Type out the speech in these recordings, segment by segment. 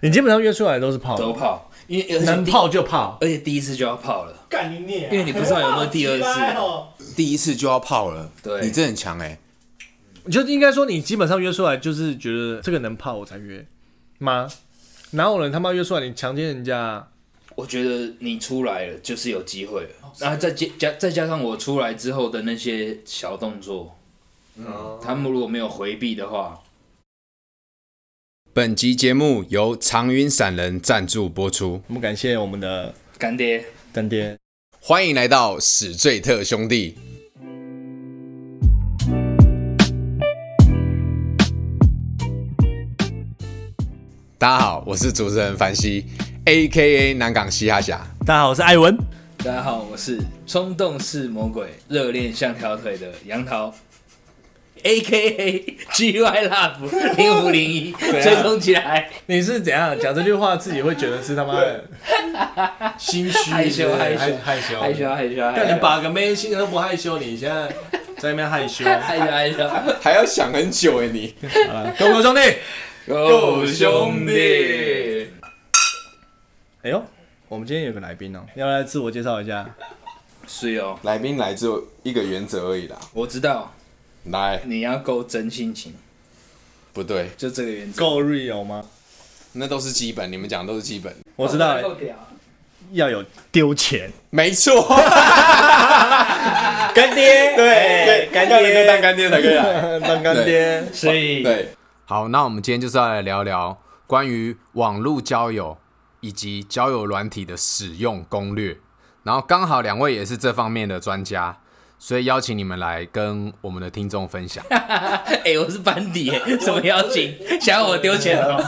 你基本上约出来都是泡，都哦泡，因为而且哦能第泡就泡。而且第一次就要泡了，干你你、啊，因为你不知道有没有第二次很好奇怪哦第一次就要泡了，对你这很强哎、就应该说你基本上约出来就是觉得这个能泡我才约吗？哪有人他妈约出来你强奸人家啊？我觉得你出来了就是有机会了，然后再加加再加上我出来之后的那些小动作，嗯，他们如果没有回避的话，本集节目由长云散人赞助播出，我们感谢我们的干爹，干爹。欢迎来到史最特兄弟。大家好，我是主持人凡西，A K A 南港嘻哈侠。大家好，我是艾文。大家好，我是冲动是魔鬼，热恋像条腿的杨桃。A K A G Y Love 零五零一啊追踪起来，你是怎样讲这句话自己会觉得是他妈的心虚、害羞对害羞害羞、害羞啊害羞害羞，但你把个妹心都不害羞，你现在在那边害羞。害羞啊害羞。还要想很久哎，你 各位兄弟，够兄弟，哎呦，我们今天有个来宾哦，要来自我介绍一下。是哦，来宾来只有一个原则而已啦。我知道来，你要够真性情，不对，就这个原则。够 real 吗？那都是基本，你们讲的都是基本，我知道要有丢钱，没错。干爹， 对，干爹当干爹才可以来。当干爹。所以对，好，那我们今天就是要来聊聊关于网络交友以及交友软体的使用攻略。然后刚好两位也是这方面的专家，所以邀请你们来跟我们的听众分享。 哎、我是班底耶，什么邀请？想要我丢钱 哦？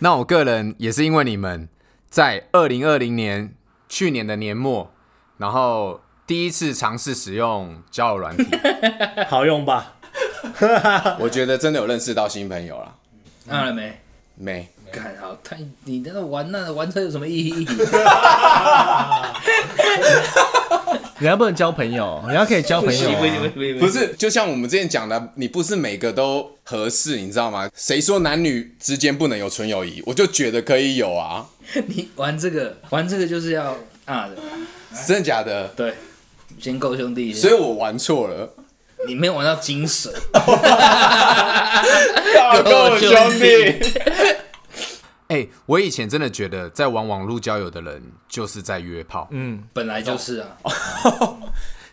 那我个人也是因为你们在二零二零年去年的年末，然后第一次尝试使用交友软体，好用吧？我觉得真的有认识到新朋友了。当然啊没。没，干好，太你那个玩那玩车有什么意义？人家不能交朋友，人家可以交朋友、不行 啊。不行不不行，是，就像我们之前讲的，你不是每个都合适，你知道吗？谁说男女之间不能有纯友谊？我就觉得可以有啊，你玩这个玩这个就是要啊的，真的假的？对，先够兄弟，所以我玩错了，你没有玩到精神。大够兄弟。哎、我以前真的觉得，在玩网络交友的人就是在约炮，嗯，本来就是啊，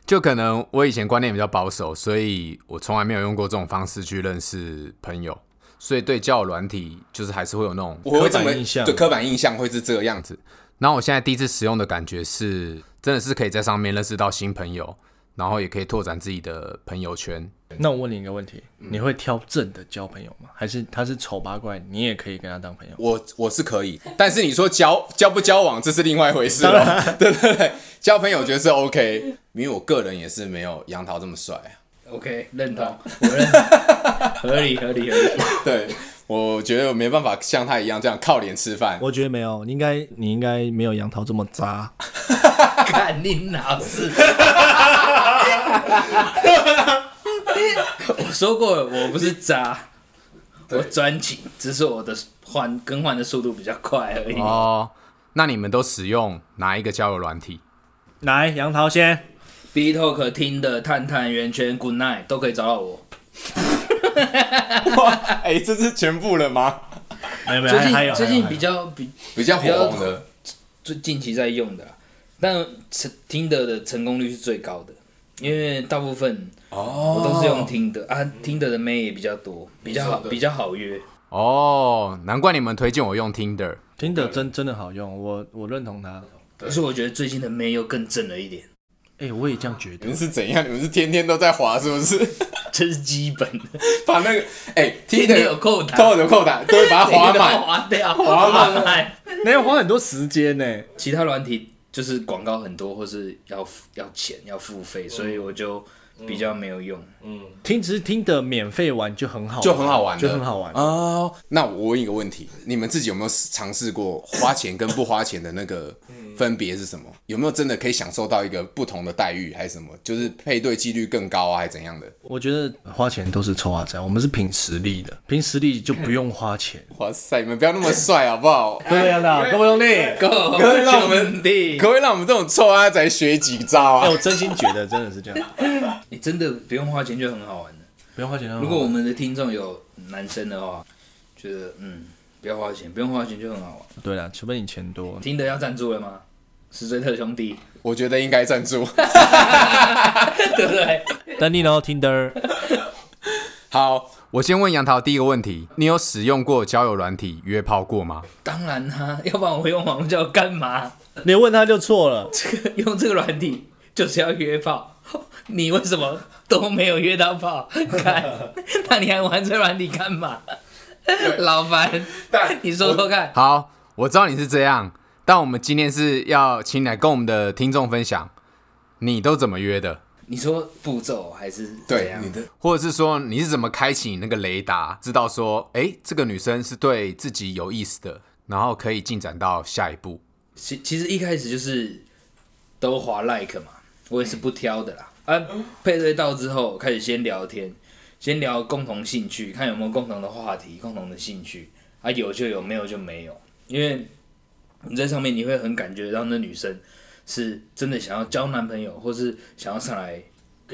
就可能我以前观念比较保守，所以我从来没有用过这种方式去认识朋友，所以对交友软体就是还是会有那种我会怎么刻板印象对刻板印象会是这个样子。然后我现在第一次使用的感觉是，真的是可以在上面认识到新朋友，然后也可以拓展自己的朋友圈。那我问你一个问题：你会挑正的交朋友吗？还是他是丑八怪，你也可以跟他当朋友？我我是可以，但是你说交交不交往，这是另外一回事哦。 对对对，交朋友我觉得是 OK，因为我个人也是没有杨桃这么帅啊。 OK，认同，我认同， 合理合理合理。 对，我觉得我没办法像他一样这样靠脸吃饭。我觉得没有，你应该你应该没有杨桃这么渣。看你老师， 我说过了，我不是渣，我专情，只是我的换更换的速度比较快而已。哦，那你们都使用哪一个交友软体？来，杨桃先， B Talk 听的探探圆圈 Good Night 都可以找到我。哇， 哎、这是全部了吗？没有没有，最还还有近最近还有比较比比较火红的，最近期在用的啦，啊但成听的的成功率是最高的，因为大部分哦我都是用听的啊，听的的妹也比较多，比较好比较好约。哦，难怪你们推荐我用 Tinder。听的真真的好用，我我认同他。可是我觉得最近的妹又更正了一点。哎、我也这样觉你得。 们是怎样？你们是天天都在滑是不是？ 这是基本的，把那个哎、天 t i n 天 d e 有 r 扣打，都有扣打，都 会把它 滑天天都满。啊滑掉，滑满满。你要花很多时间呢、嗯其他软体就是广告很多，或是要付要钱要付费，所以我就比较没有用。听只是听的免费玩就很好，就很好玩的哦就很好玩。哦，那我问一个问题，你们自己有没有尝试过花钱跟不花钱的那个嗯分别是什么？有没有真的可以享受到一个不同的待遇，还是什么？就是配对几率更高啊，还是怎样的？我觉得花钱都是臭啊仔，我们是凭实力的，凭实力就不用花钱。哇塞，你们不要那么帅好不 好？对呀，那各位兄弟， Go，可以让我们兄弟，可不可以让我们这种臭阿仔学几招哎，啊？我真心觉得真的是这样，你真的不用花钱就很好玩的。不用花钱啊。如果我们的听众有男生的话，觉得嗯，不要花钱，不用花钱就很好玩。对了，除非你钱多，听得要赞助了吗？十岁特兄弟，我觉得应该赞助。对不 对？等你然后听的。好，我先问杨桃第一个问题：你有使用过交友软体约炮过吗？当然啦、要不然我用网络交友干嘛？你问他就错了，这个用这个软体就是要约炮， 你为什么都没有约到炮？ 看，那你还玩这软体干嘛？老樊，但 你说说看，好，我知道你是这样，但我们今天是要请你来跟我们的听众分享，你都怎么约的，你说步骤还是怎对样你？的，或者是说你是怎么开启你那个雷达，知道说，哎，这个女生是对自己有意思的，然后可以进展到下一步。其其实一开始就是都划 like 嘛，我也是不挑的啦。啊，配对到之后开始先聊天，先聊共同兴趣，看有没有共同的话题、共同的兴趣。啊，有就有，没有就没有。因为你在上面你会很感觉到那女生是真的想要交男朋友，或是想要上来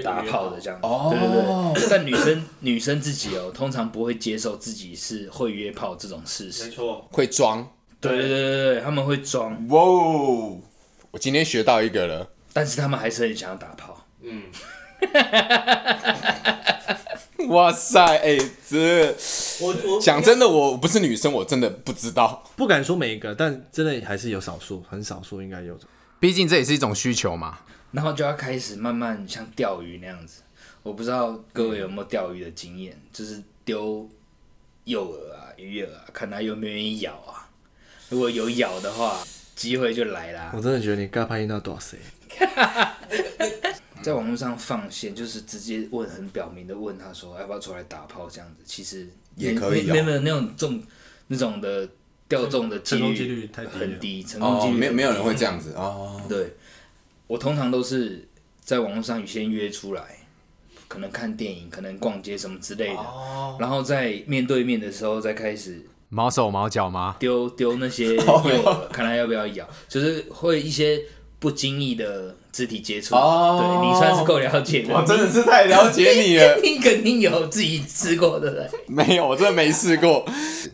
打炮的这样。哦对对对。但女生女生自己哦，通常不会接受自己是会约炮这种事实。错，会装。对对对对对，他们会装。哇哦，我今天学到一个了。但是他们还是很想要打炮。 哇塞，哎、这我我讲真的，我不是女生，我真的不知道。不敢说每一个，但真的还是有少数，很少数应该有。毕竟这也是一种需求嘛。然后就要开始慢慢像钓鱼那样子。我不知道各位有没有钓鱼的经验，就是丢诱饵啊、鱼饵啊，看它有没有愿意咬啊。如果有咬的话，机会就来啦。我真的觉得你该拍到多少谁？在网络上放线，就是直接问很表明的问他说要不要出来打炮这样子，其实也没可以没哦没有没有那种中那种的钓中的成功几几率太低了很低，成功哦，几率没有没有很低人会这样子哦。对，我通常都是在网络上先约出来，可能看电影，可能逛街什么之类的，哦然后在面对面的时候再开始毛手毛脚吗？丢丢那 些诱哦饵，看他要不要咬，就是会一些不经意的肢体接触。哦对你算是够了解的，我真的是太了解你了，你肯定有自己吃过的人。没有，我真的没试过。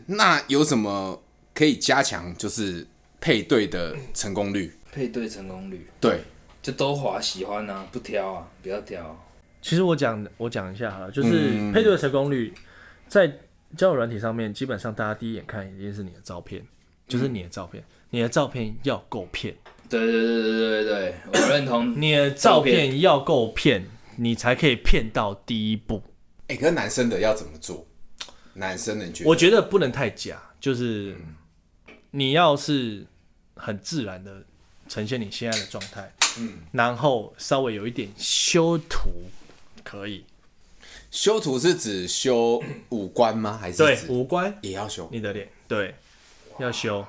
那有什么可以加强，就是配对的成功率？配对成功率对，就都滑喜欢啊，不挑啊，不要挑、啊。其实我讲我讲一下哈，就是嗯配对的成功率，在交友软体上面，基本上大家第一眼看一定是你的照片，就是你的照片，你的照片要够骗，对对对对对对，我认同。你的照片要够骗，你才可以骗到第一步。哎、可是男生的要怎么做？男生的你觉得？我觉得不能太假，就是你要是很自然的呈现你现在的状态，嗯，然后稍微有一点修图可以，修图是指修五官吗？还是对，指五官也要修？你的脸，对，要修，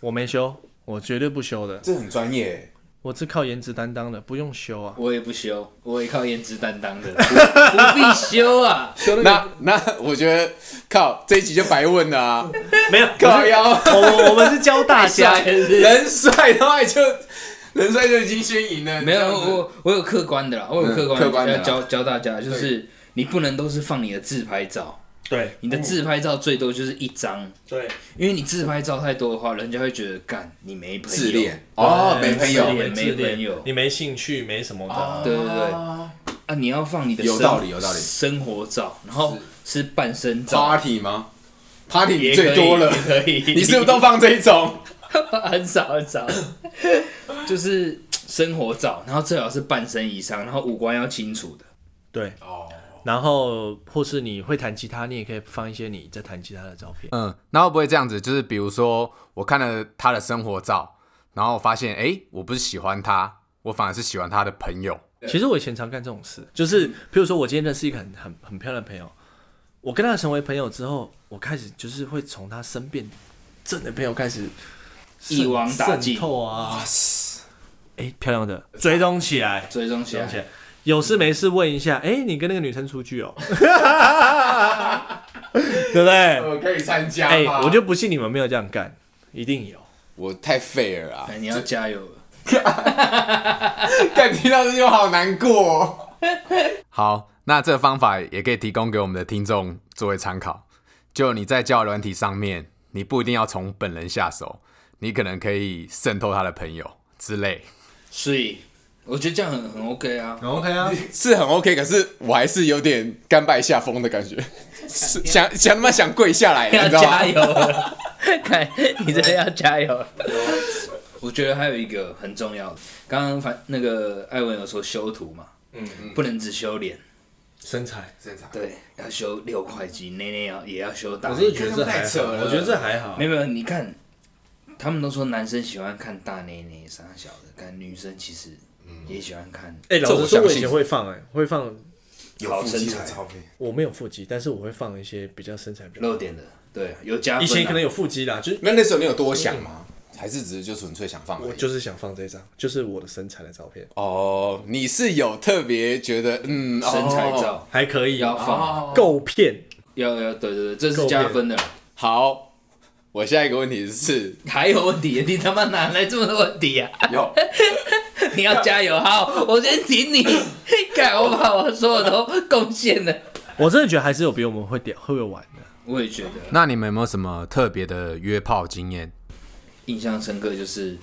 我没修，我绝对不修的，这很专业。我是靠颜值担当的，不用修啊。我也不修，我也靠颜值担当的，不 不必修啊。那那我觉得靠这一集就白问了啊！没有，靠腰，我我我们是教大 下家，人是人帅的话就人帅就已经先赢了。没有这样子我我有客观的啦，我有客观嗯客观的啦要教教大家，就是你不能都是放你的自拍照，对你的自拍照最多就是一张，对，因为你自拍照太多的话，人家会觉得干你没朋友。自恋哦，对没朋友自恋没自恋朋友你没兴趣，没什么的，对对对啊，你要放你的有生道理有道理生活照，然后是半身照， ，party 吗？party 也你可以最多了也，可以。你是不是都放这一种？ 很少很少，就是生活照，然后最好是半身以上，然后五官要清楚的。对。哦，然后或是你会弹吉他，你也可以放一些你在弹吉他的照片。嗯，那会不会这样子？就是比如说，我看了他的生活照，然后我发现，哎、我不是喜欢他，我反而是喜欢他的朋友，其实我以前常干这种事，就是比如说我今天认识一个很很很漂亮的朋友，我跟他成为朋友之后，我开始就是会从他身边真的朋友开始一网打尽渗透啊，哎、漂亮的追踪起来，追踪起追踪起来，来，有事没事问一下，哎、你跟那个女生出去 哦，对不 对？啊我可以参加哎、我就不信你们没有这样干，一定有。我太废了 啊！哎，你要加油了。但听到这就好难过、哦 好，那这方法也可以提供给我们的听众作为参考。就你在交友软体上面，你不一定要从本人下手，你可能可以渗透他的朋友之类，所以我觉得这样很很 OK 啊。 OK 啊，是很 OK，可是我还是有点甘拜下风的感觉， 是想想他妈想跪下来，你要知道加吗？油 了！看，你真的要加油了。我觉得还有一个很重要的，刚刚反那个艾文有说修图嘛，嗯，不能只修脸，身材，对，要修六块肌，内内要也要修大。我是觉得这还哎太扯好，了我觉得这还好没。有没有，你看，他们都说男生喜欢看大内内啥小的，但女生其实也喜欢看哎、老实这说，我我相以信前会放、哎，会放，好身材、我没有腹肌，但是我会放一些比较身材比较。露点的，对，有加分啊。以前可能有腹肌啦，就是那那时候你有多想吗？嗯还是只是就纯粹想放而我已？就是想放这张，就是我的身材的照片，哦，你是有特别觉得嗯身材哦照还可以，啊要放，够骗。要要对对对，这是加分的。好。我下一个问题是，还有问题？你他妈哪来这么多问题啊？有 你要加油！好，我先挺你。 看，我把我所有都贡献了。 我真的觉得还是有比我们会点会玩的。我也觉得 那你们有没有什么特别的约炮经验？印象深刻，就是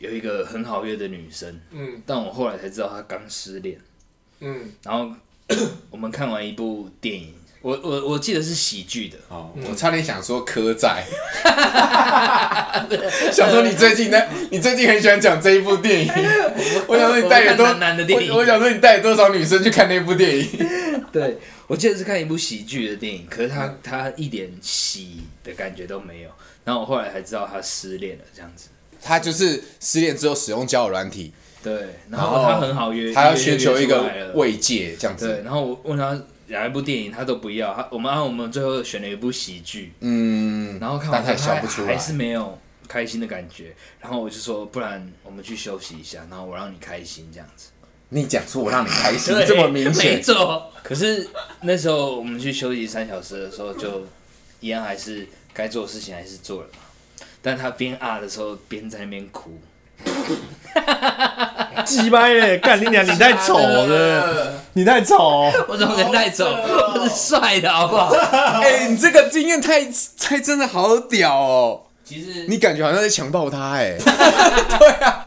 有一个很好约的女生，嗯，但我后来才知道她刚失恋，嗯，然后 我们看完一部电影，我我我记得是喜剧的，哦，我差点想说 科仔，想说你最近呢，你最近很喜欢讲这一部电影， 我想说你带了多我看男男的电影我我想说你带了多少女生去看那部电影？ 对，我记得是看一部喜剧的电影，可是嗯他他一点喜的感觉都没有。然后我后来才知道他失恋了，这样子。他就是失恋之后使用交友软体，对，然然后后他很好约，他要约寻求一个约出来了慰藉，这样对，子。然后我问他哪一部电影，他都不要。他我们按我们最后选了一部喜剧，嗯，然后看完但他也他笑不出来还。是没有开心的感觉。然后我就说，不然我们去休息一下，然后我让你开心这样子。你讲出我让你开心对，这么明没显，错。可是那时候我们去休息三小时的时候，就一样还是该做的事情还是做了嘛。但他边啊的时候边在那边哭， 鸡掰嘞！干你娘，你太丑 了，你太丑。我怎么能带走？我是帅的好不好？哎，你这个经验太太真的好屌哦！其实你感觉好像在强暴他 哎，对啊，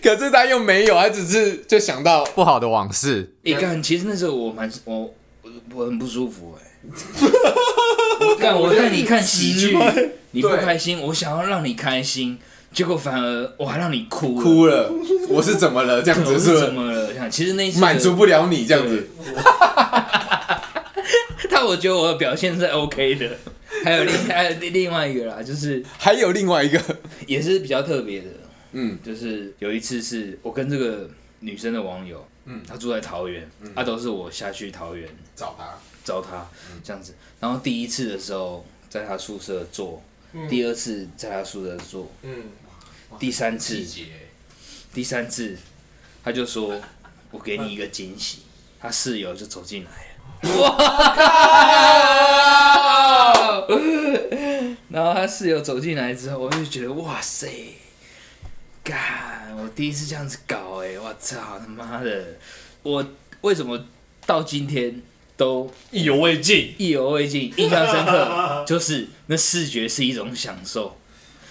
可是他又没有，他只是就想到不好的往事，一哎干，其实那时候我蛮我我我很不舒服 哎、我干，我带你看喜剧，你不开心，我想要让你开心，结果反而我还让你哭了哭了，我是怎么了？这样我子是是不怎是么了？想其实那一次满足，不了你这样子？ 但我觉得我的表现是 OK 的。还有另还有另外一个啦，就是还有另外一个，也是比较特别的，嗯，就是有一次是我跟这个女生的网友，嗯，她住在桃园，她、都是我下去桃园找他，找他这样子。然后第一次的时候在他宿舍做，第二次在他宿舍做，嗯，第三次第三次他就说：“我给你一个惊喜。”他室友就走进来了，哇靠！然后他室友走进来之后，我就觉得哇塞，干！我第一次这样子搞哎、我操他妈的！我为什么到今天都意犹未尽。意犹未尽，印象深刻，就是那视觉是一种享受，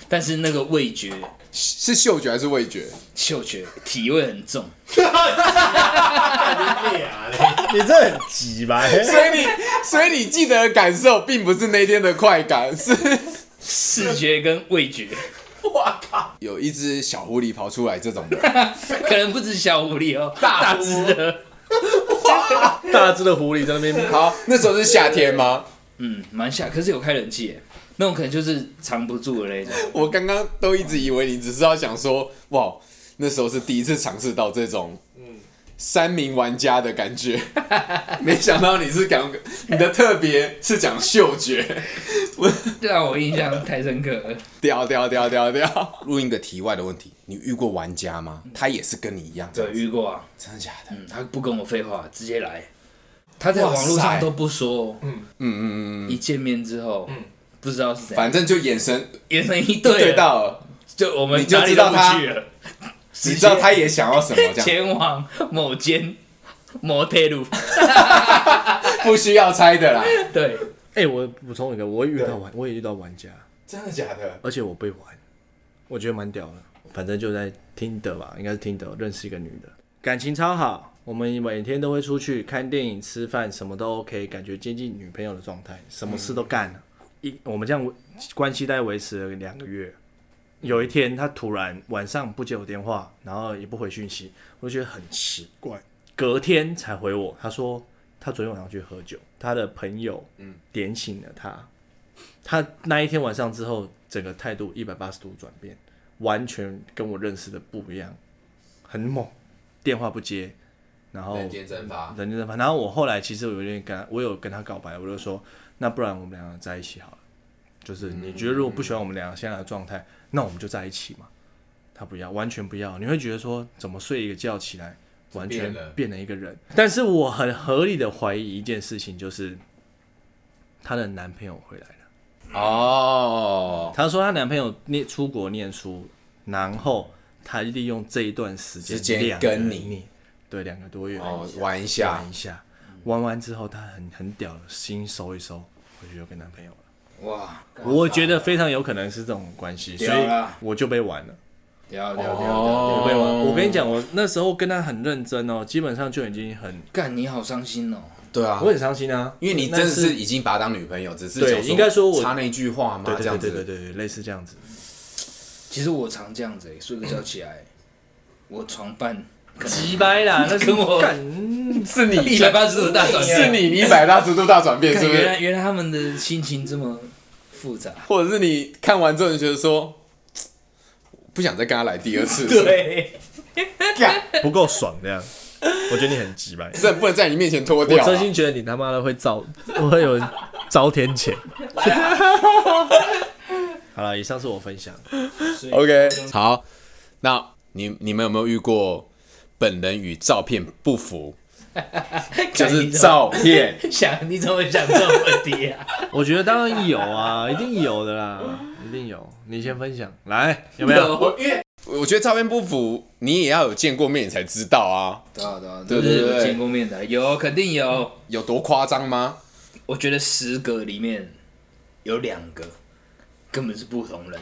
但是那个味觉、是嗅觉还是味觉？嗅觉、体味很重。 你这很鸡掰。所以你， 所以你记得的感受并不是那天的快感，是视觉跟味觉，有一只小狐狸跑出来这种 的。可能不止小狐狸哦，大只的， 大只的狐狸在那边，好，那时候是夏天吗？嗯，蛮吓，可是有开冷气耶，那种可能就是藏不住的那种。我刚刚都一直以为你只是要想说，哇，那时候是第一次尝试到这种，三名玩家的感觉。 没想到你是讲你的特别是讲嗅觉，这让啊我印象太深刻了。屌屌屌屌屌！录一个题外的问题，你遇过玩家吗？他也是跟你一样，对，遇过啊，真的假的？嗯，他不跟我废话，直接来。他在网络哇上塞都不说，哦嗯嗯嗯嗯，一见面之后，不知道是谁，反正就眼神眼神一对对啊了，到了，就我们你就哪里知道都不他去了，你知道他也想要什么，这样前往某间摩天路。不需要猜的啦。对，哎、我补充一个，我也遇到玩，我也遇到玩家，真的假的？而且我被玩，我觉得蛮屌的。反正就在听的吧，应该是听的，认识一个女的，感情超好，我们每天都会出去看电影、吃饭，什么都 OK，感觉接近女朋友的状态，什么事都干了。一我们这样维关系大概维持了两个月。有一天，她突然晚上不接我电话，然后也不回讯息，我就觉得很奇怪。隔天才回我，她说她昨天晚上去喝酒，她的朋友点醒了她，他那一天晚上之后，整个态度一百八十度转变，完全跟我认识的不一样，很猛，电话不接，然后人间蒸发，间蒸发。然后我后来其实我有点跟他，我有跟他告白，我就说，那不然我们两个在一起好了，就是你觉得如果不喜欢我们两个现在的状态，那我们就在一起嘛。他不要，完全不要，你会觉得说怎么睡一个觉起来，完全变了变了一个人。但是我很合理的怀疑一件事情，就是她的男朋友回来了。哦，她说她男朋友念出国念书，然后她利用这一段时间时间两个跟你你，对，两个多月哦，玩一下玩，一下，玩完之后她很很屌的，心收一收，回去就跟男朋友了。哇，我觉得非常有可能是这种关系，所啊屌以啦我就被玩了。聊聊聊哦聊，我被玩，我跟你讲，我那时候跟她很认真哦，基本上就已经很，干你好伤心哦，对啊我，很伤心啊，因为你真的但是已经把她当女朋友，只是对想应该说我插那一句话嘛，对啊这对样对对子。对对，类似这样子。其实我常这样子、欸，睡个觉起来， 我床伴鸡掰 啦，那是跟我干是你一百八十度大转是变，你一百八十度大转变，看是不原是？来原来他们的心情这么复杂，或者是你看完之后，你觉得说，不想再跟他来第二 次，对， 不够爽这样，我觉得你很鸡 掰。这不能在你面前脱我掉啊。真心觉得你他妈的会遭，会有遭天谴。 好了，以上是我分享。 OK，好，那你你们有没有遇过本人与照片不符，就是照 片？ 想你怎么会想这种问题 啊？我觉得当然有啊，一定有的啦，一定有。你先分享，来有没有？ 我因为我觉得照片不符，你也要有见过面你才知道啊，对啊对啊，对都对是对有见过面的，有肯定有，有多夸张吗？我觉得十个里面有两个根本是不同人。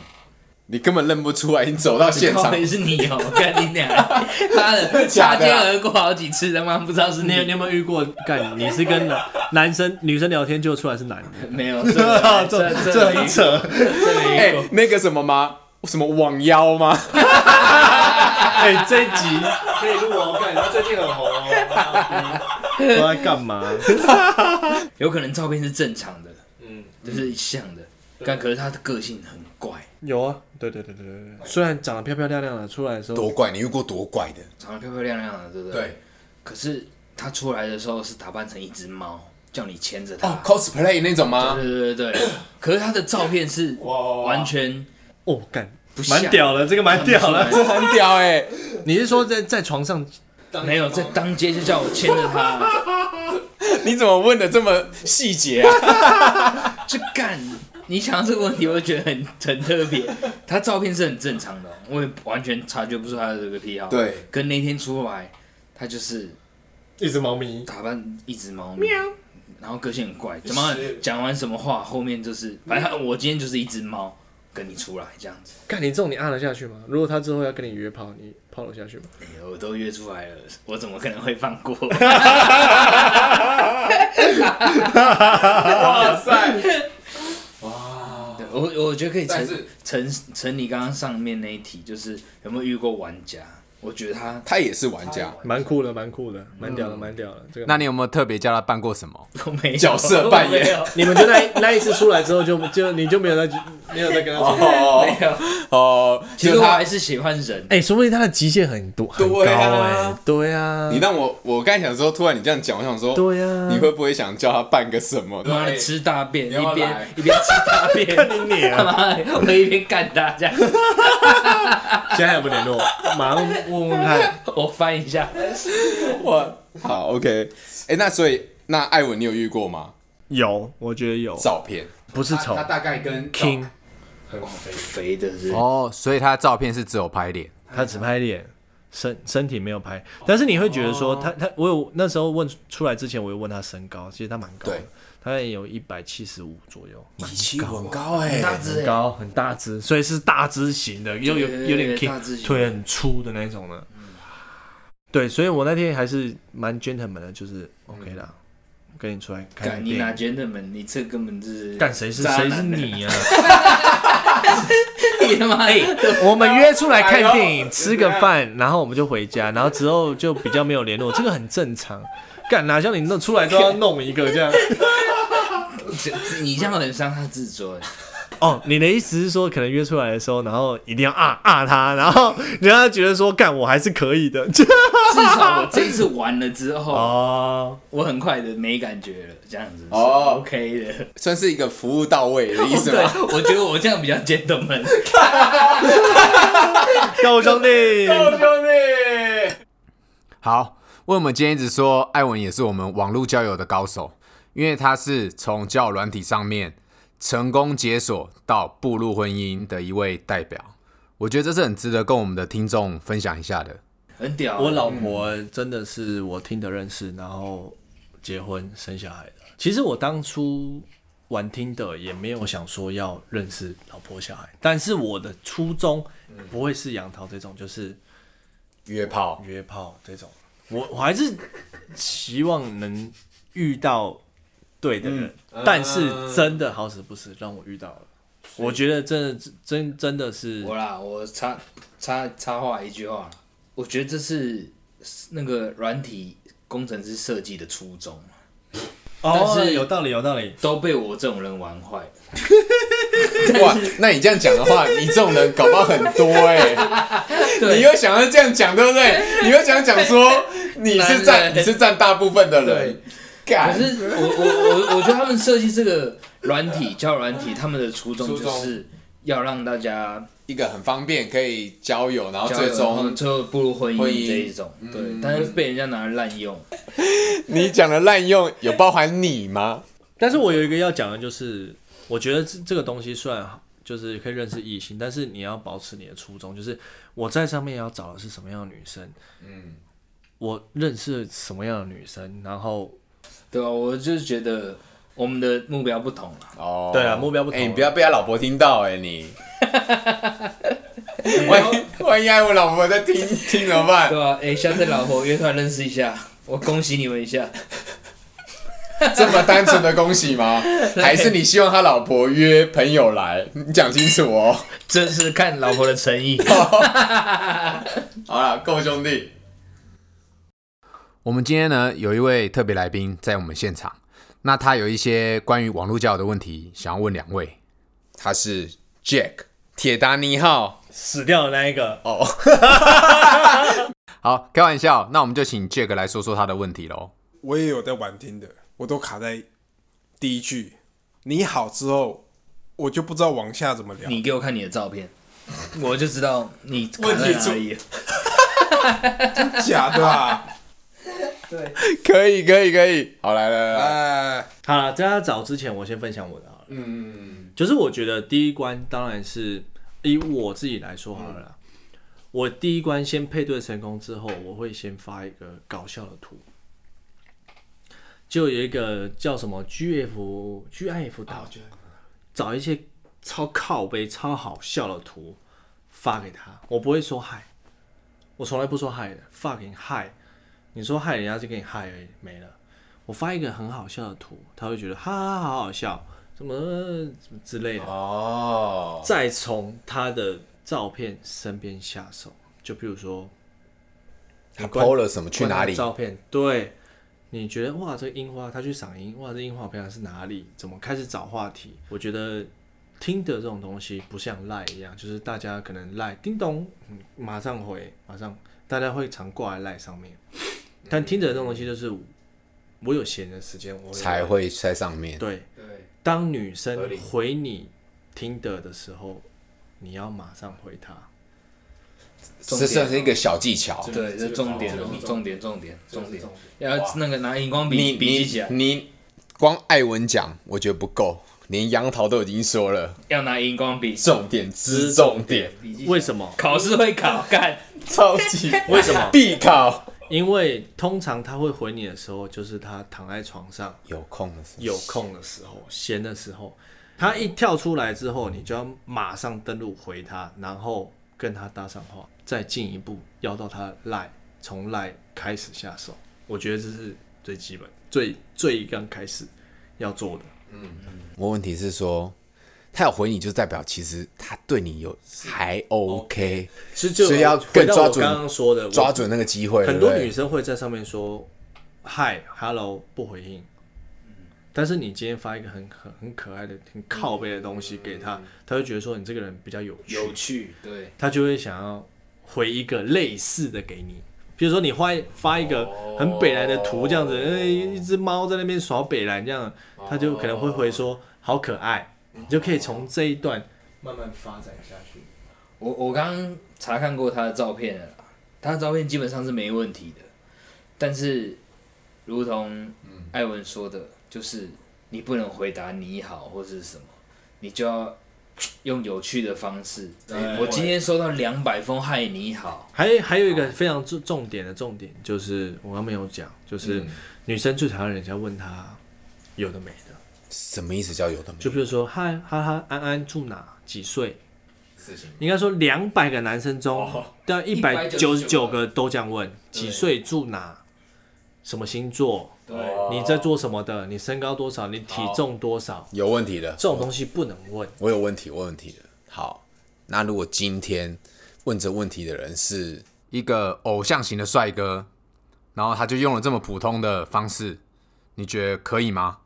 你根本认不出来，你走到现场 靠，背是你哦、我跟你 俩，妈的，擦假的肩啊而过好几次，他妈不知道是你你有你有没有遇过？干，你是跟男男生、女生聊天就出来是男的，没有， 这个这这没这扯。没 哎、有，那个什么吗？什么网腰吗？哎，这一集可以录哦，干，他最近很红哦。都在干嘛？有可能照片是正常的，嗯，就是一项的，但可是他的个性很怪， 有啊，对对对对对对。虽然长得漂漂亮亮的，出来的时候多怪，你遇过多怪的？长得漂漂亮亮的，对不对？。可是他出来的时候是打扮成一只猫，叫你牵着他。哦，cosplay 那种吗？对对对对，可是他的照片是完全哦，干不，像蛮屌的，这个蛮屌的。这 很屌哎、你是说在在床上？没有在当街就叫我牵着他，你怎么问的这么细节啊？就干。你想这个问题，我就觉得很很特别。他照片是很正常的哦，我也完全察觉不出他的这个癖好。对，跟那天出来，他就是一只猫咪。打扮一只猫咪，然后个性很怪，怎么讲完什么话，后面就是，反正他我今天就是一只猫跟你出来这样子，看你这种，你按得下去吗？如果他之后要跟你约炮，你泡得下去吗？哎呦我都约出来了，我怎么可能会放 过？哇塞！对我我觉得可以但承是承承你刚刚上面那一题，就是有没有遇过玩家？我觉得他他也是玩家，蛮酷的，蛮酷的，蛮屌的，蛮屌的。这个那你有没有特别叫他办过什么？都没有角色扮演 都没有你们就那一那一次出来之后就，就你就没有再没有再跟他说。 哦没有。哦，其就实是我他还是喜欢人，哎、说不定他的极限很多很高对啊哎、对啊，你让我，我刚才想说，突然你这样讲，我想说，对啊你会不会想叫他办个什么？妈的吃大便你要不要一边来一边吃大 便，你你他啊，妈的我一边干他这样，现在还有没有联 络？马上问问看。我翻一下，哇，好，OK，哎、那所以那艾文你有遇过吗？有，我觉得有，照片不是丑大概跟 king，很肥肥的是，哦，所以他的照片是只有拍脸，他只拍脸，身身体没有拍。但是你会觉得哦说他他，我有那时候问出来之前，我有问他身高，其实他蛮高的对，他也有一百七十五左右，蛮七很高哎、大只欸高很大只，所以是大只型的，又有对对对有点对大只 king，型腿很粗的嗯那种的。对，所以我那天还是蛮 gentleman 的，就是 OK 啦，嗯跟你出来看干个你电哪影。觉得们？你这根本就是干谁是渣谁男是你啊？ 你哎他妈的！ 我们约出来看电影，吃个饭，然后我们就回家，然后之后就比较没有联络，这个很正常。干哪像你弄出来都要弄一个这样？这你这样很伤他自尊。哦，你的意思是说，可能约出来的时候，然后一定要啊啊他，然后人家觉得说干我还是可以的。至少我这次玩了之后，哦，我很快的没感觉了，这样子是哦 OK 的。算是一个服务到位的意哦思对吗？，我觉得我这样比较 gentleman。 高兄弟，好，为我们今天一直说艾文也是我们网络交友的高手，因为他是从交友软体上面成功解锁到步入婚姻的一位代表。我觉得这是很值得跟我们的听众分享一下的。很屌啊。我老婆真的是我听的认识，然后结婚生小孩的。其实我当初玩听的也没有想说要认识老婆小孩，但是我的初衷不会是杨桃这种，就是约炮，约炮这种。我我还是希望能遇到对的人，但是真的好死不死让我遇到了。我觉得真的真真的是我啦，我插插插话一句话，我觉得这是那个软体工程师设计的初衷，哦但是有道理有道理，都被我这种人玩坏了。哇，那你这样讲的话，你这种人搞不好很多哎、 对你又想要这样讲，对不 对？你又想讲说你是男占人你是占大部分的人，可干是我我我我觉得他们设计这个软体教软体，他们的初衷初就衷是要让大家一个很方便可以交友，然后交最友然后终哦最后步入婚婚姻嗯姻这一种，对，但是被人家拿来滥用。你讲的滥用有包含你吗？但是我有一个要讲的，就是我觉得这这个东西虽然就是可以认识异性，但是你要保持你的初衷，就是我在上面要找的是什么样的女生，嗯，我认识什么样的女生，然后对啊，我就是觉得我们的目标不同 了。哦，对啊目标不同哎，你不要被他老婆听到哎、 你。万一万一爱我老婆在听听怎么办对？啊，哎、下次老婆约出来认识一下，我恭喜你们一下。啊这么单纯的恭喜吗？还是你希望他老婆约朋友来？你讲清楚哦。这是看老婆的诚 意。好了，够兄弟，我们今天呢有一位特别来宾在我们现场，那他有一些关于网络交友的问题想要问两位。他是 Jack 铁达尼号死掉的那一个，哦。好，开玩笑，那我们就请 Jack 来说说他的问题喽。我也有在玩听的，我都卡在第一句“你好”之后，我就不知道往下怎么聊。你给我看你的照 片，我就知道你卡在问题哪出里了。假的啊！可以，可以，可以。好，来来来，哎，好了，在他找之前，我先分享我的好了。嗯，就是我觉得第一关当然是以我自己来说好了啦，我第一关先配对成功之后，我会先发一个搞笑的图，就有一个叫什么 GF GIF 岛，找一些超靠背、超好笑的图发给他，我不会说嗨，我从来不说嗨的，发给你嗨，你说嗨，人家就给你嗨而已，没了。我发一个很好笑的图，他会觉得哈哈好好笑，什么什么之类的，哦，再从他的照片身边下手。就比如说，他关 PO 了什么？去关他哪的里？照片，对，你觉得哇，这个樱花，他去赏樱，哇，这樱花漂亮是哪里？怎么开始找话题？我觉得听的这种东西不像赖一样，就是大家可能赖叮咚，嗯马上回，马上大家会常挂在赖上面，但听的这种东西就是我有闲的时间我才会在上面。对。对，当女合生理回你听的的时候，你要马上回她。重这点啊算是一个小技巧。对，这重点哦，重点，重点，重点，要那个拿荧光你笔笔记起你来，你光艾文讲，我觉得不够，连杨桃都已经说了，要拿荧光笔，重点之重点，为什么？考试会考，干超级为什么？必考。因为通常她会回你的时候，就是她躺在床上有空的时候，有空的时候、闲的时候。她一跳出来之后，你就要马上登录回她，然后跟她搭上话，再进一步要到她赖，从赖开始下手。我觉得这是最基本、最最刚开始要做的。我问题是说，他有回你，就代表其实他对你有还 OK，其实就所以要回到更抓我准刚刚说的，我抓准那个机会。很多对不对女生会在上面说“嗨 ”“hello” 不回应，嗯但是你今天发一个很很很可爱的、很靠背的东西给她，嗯她会觉得说你这个人比较有趣，有趣，对，她就会想要回一个类似的给你。比如说你发发一个哦很北蓝的图这样子，哎，一只猫在那边耍北蓝这样，她就可能会回哦说好可爱，你就可以从这一段慢慢发展下去。我我刚刚查看过他的照片了啦，他的照片基本上是没问题的，但是如同艾文说的，就是你不能回答你好或是什么，你就要用有趣的方式。我今天收到两百封嗨你好，还还有一个非常重重点的重点，就是我刚没有讲，就是女生最讨厌人家问她有的没的，什么意思叫有的没就有？比如说嗨哈哈安安住哪几岁，事情应该说两百个男生中，但一百九十九个都这样问几岁住哪，什么星座，对，哦你在做什么的，你身高多少，你体重多少，有问题的，这种东西不能问。我有问题，我有问题的。好，那如果今天问这问题的人是一个偶像型的帅哥，然后他就用了这么普通的方式，你觉得可以吗？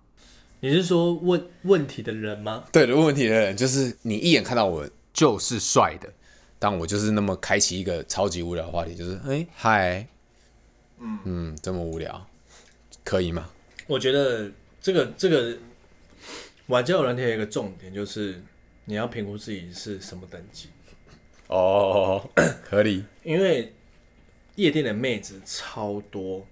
你是说问问题的人吗？对的问题的人，就是你一眼看到我，就是帅的，但我就是那么开启一个超级无聊的话题，就是哎、嗨，嗯这么无聊，可以吗？我觉得这个这个玩交友软体有一个重点，就是你要评估自己是什么等级，哦， 合理。因为夜店的妹子超多，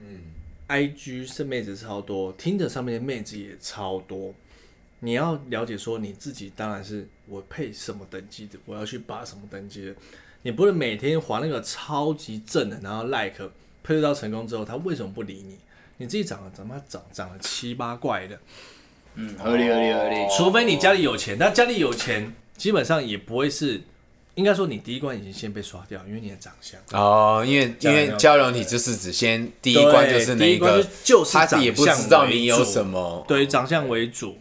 嗯，IG 是妹子超多，听着上面的妹子也超多。你要了解说你自己，当然是我配什么等级的，我要去拔什么等级的。你不能每天划那个超级正的，然后 like 配对到成功之后，他为什么不理你？你自己长得怎么长长得七八怪的，嗯，合理合理合理，除非你家里有钱，那家里有钱基本上也不会是，应该说你第一关已经先被刷掉，因为你的长相。哦，因为因为交流你就是只先第一关就是对第那一关个就，就是他也不知道你有什么，么，对，长相为主。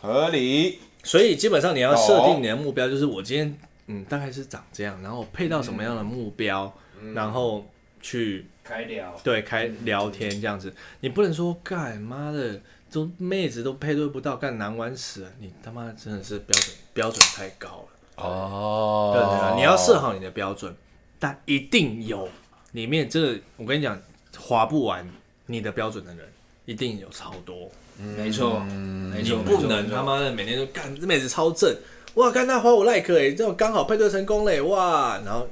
合理。所以基本上你要设定你的目标，就是我今天嗯大概是长这样，然后配到什么样的目标，然后去开聊，对开聊天这样子。你不能说干妈的都妹子都配对不到，干难玩死了，你他妈真的是标准标准太高了。哦，对对对，你要设好你的标准，但一定有里面真的，我跟你讲，划不完你的标准的人，一定有超多，没错，没你错，不能他妈的每天都干这妹子超正，哇，干他划我 like 哎、欸，这种刚好配对成功嘞、哇，然后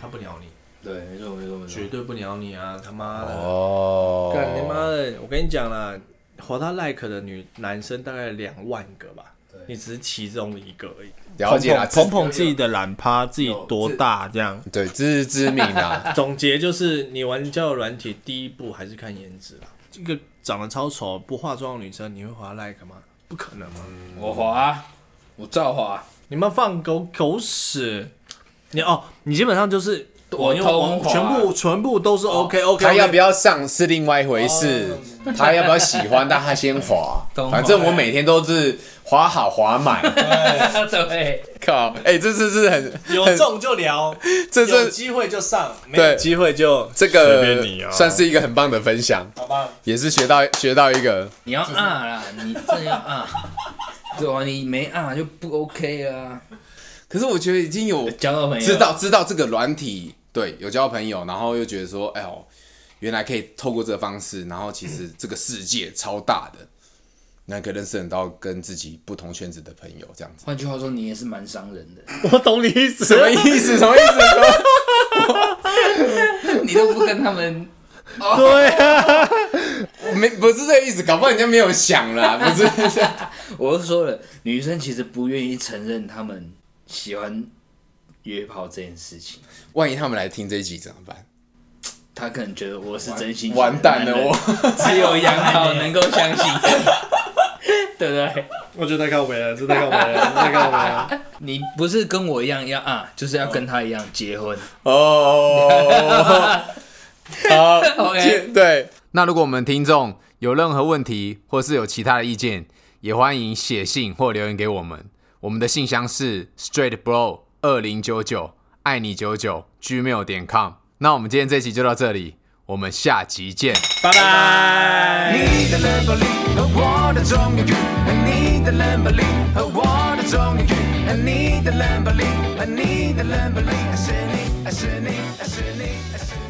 他不鸟你，对，没错没错没错绝，对不鸟你啊，他妈的，哦，干你妈的，我跟你讲啦，划他 like 的女男生大概两万个吧。你只是其中一个而已。了解啦，捧捧捧捧自己的懒趴，自己多大这样？。对自知之明啦 总结就是，你玩交友软体第一步还是看颜值啦。这个长得超丑、不化妆的女生，你会滑 like 吗？不可能嘛！我滑，啊我照滑， 你们放狗狗屎！你哦，你基本上就是我因为我通全部全部都是 OK OK，他要不要上是另外一回事，哦他要不要喜欢，但他先滑懂。反正我每天都是滑好 滑满，滑对，靠！哎、这次是很有很中就聊，这有这机会就上，没对有机会就随这个便你啊算是一个很棒的分享，好吧。也是学到学到一个。你要啊啦，你真的要啊， 对啊，你没啊就不 OK 啊啦。可是我觉得已经有交到朋友知道知道这个软体，对，有交朋友，然后又觉得说，哎呦，原来可以透过这个方式，然后其实这个世界超大的，那可以认识很到跟自己不同圈子的朋友，这样子。换句话说，你也是蛮伤人的， 我懂你意思，什么意思？什么意思？ 你都不跟他们对啊，没不是这个意思，搞不好人家没有想啦，不是。我都说了，女生其实不愿意承认她们喜欢约炮这件事情，万一他们来听这一集怎么办？她可能觉得我是真心喜欢完蛋了，男人我只有杨桃能够相 信，对不对？我觉得太靠北了，真的太靠北了，真的太靠北了。你不是跟我一样要啊，就是要跟她一样结婚，哦。好 OK 接对，那如果我们听众有任何问题，或是有其他的意见，也欢迎写信或留言给我们。我们的信箱是 straightbro 二零九九爱你九九 gmail 点 com。那我们今天这期就到这里，我们下集见。拜拜。你的冷暴力和我的忠言语，你的冷暴力和我的忠言语，你的冷暴力，你的冷暴力，爱是你，爱是你，爱是你，爱是你。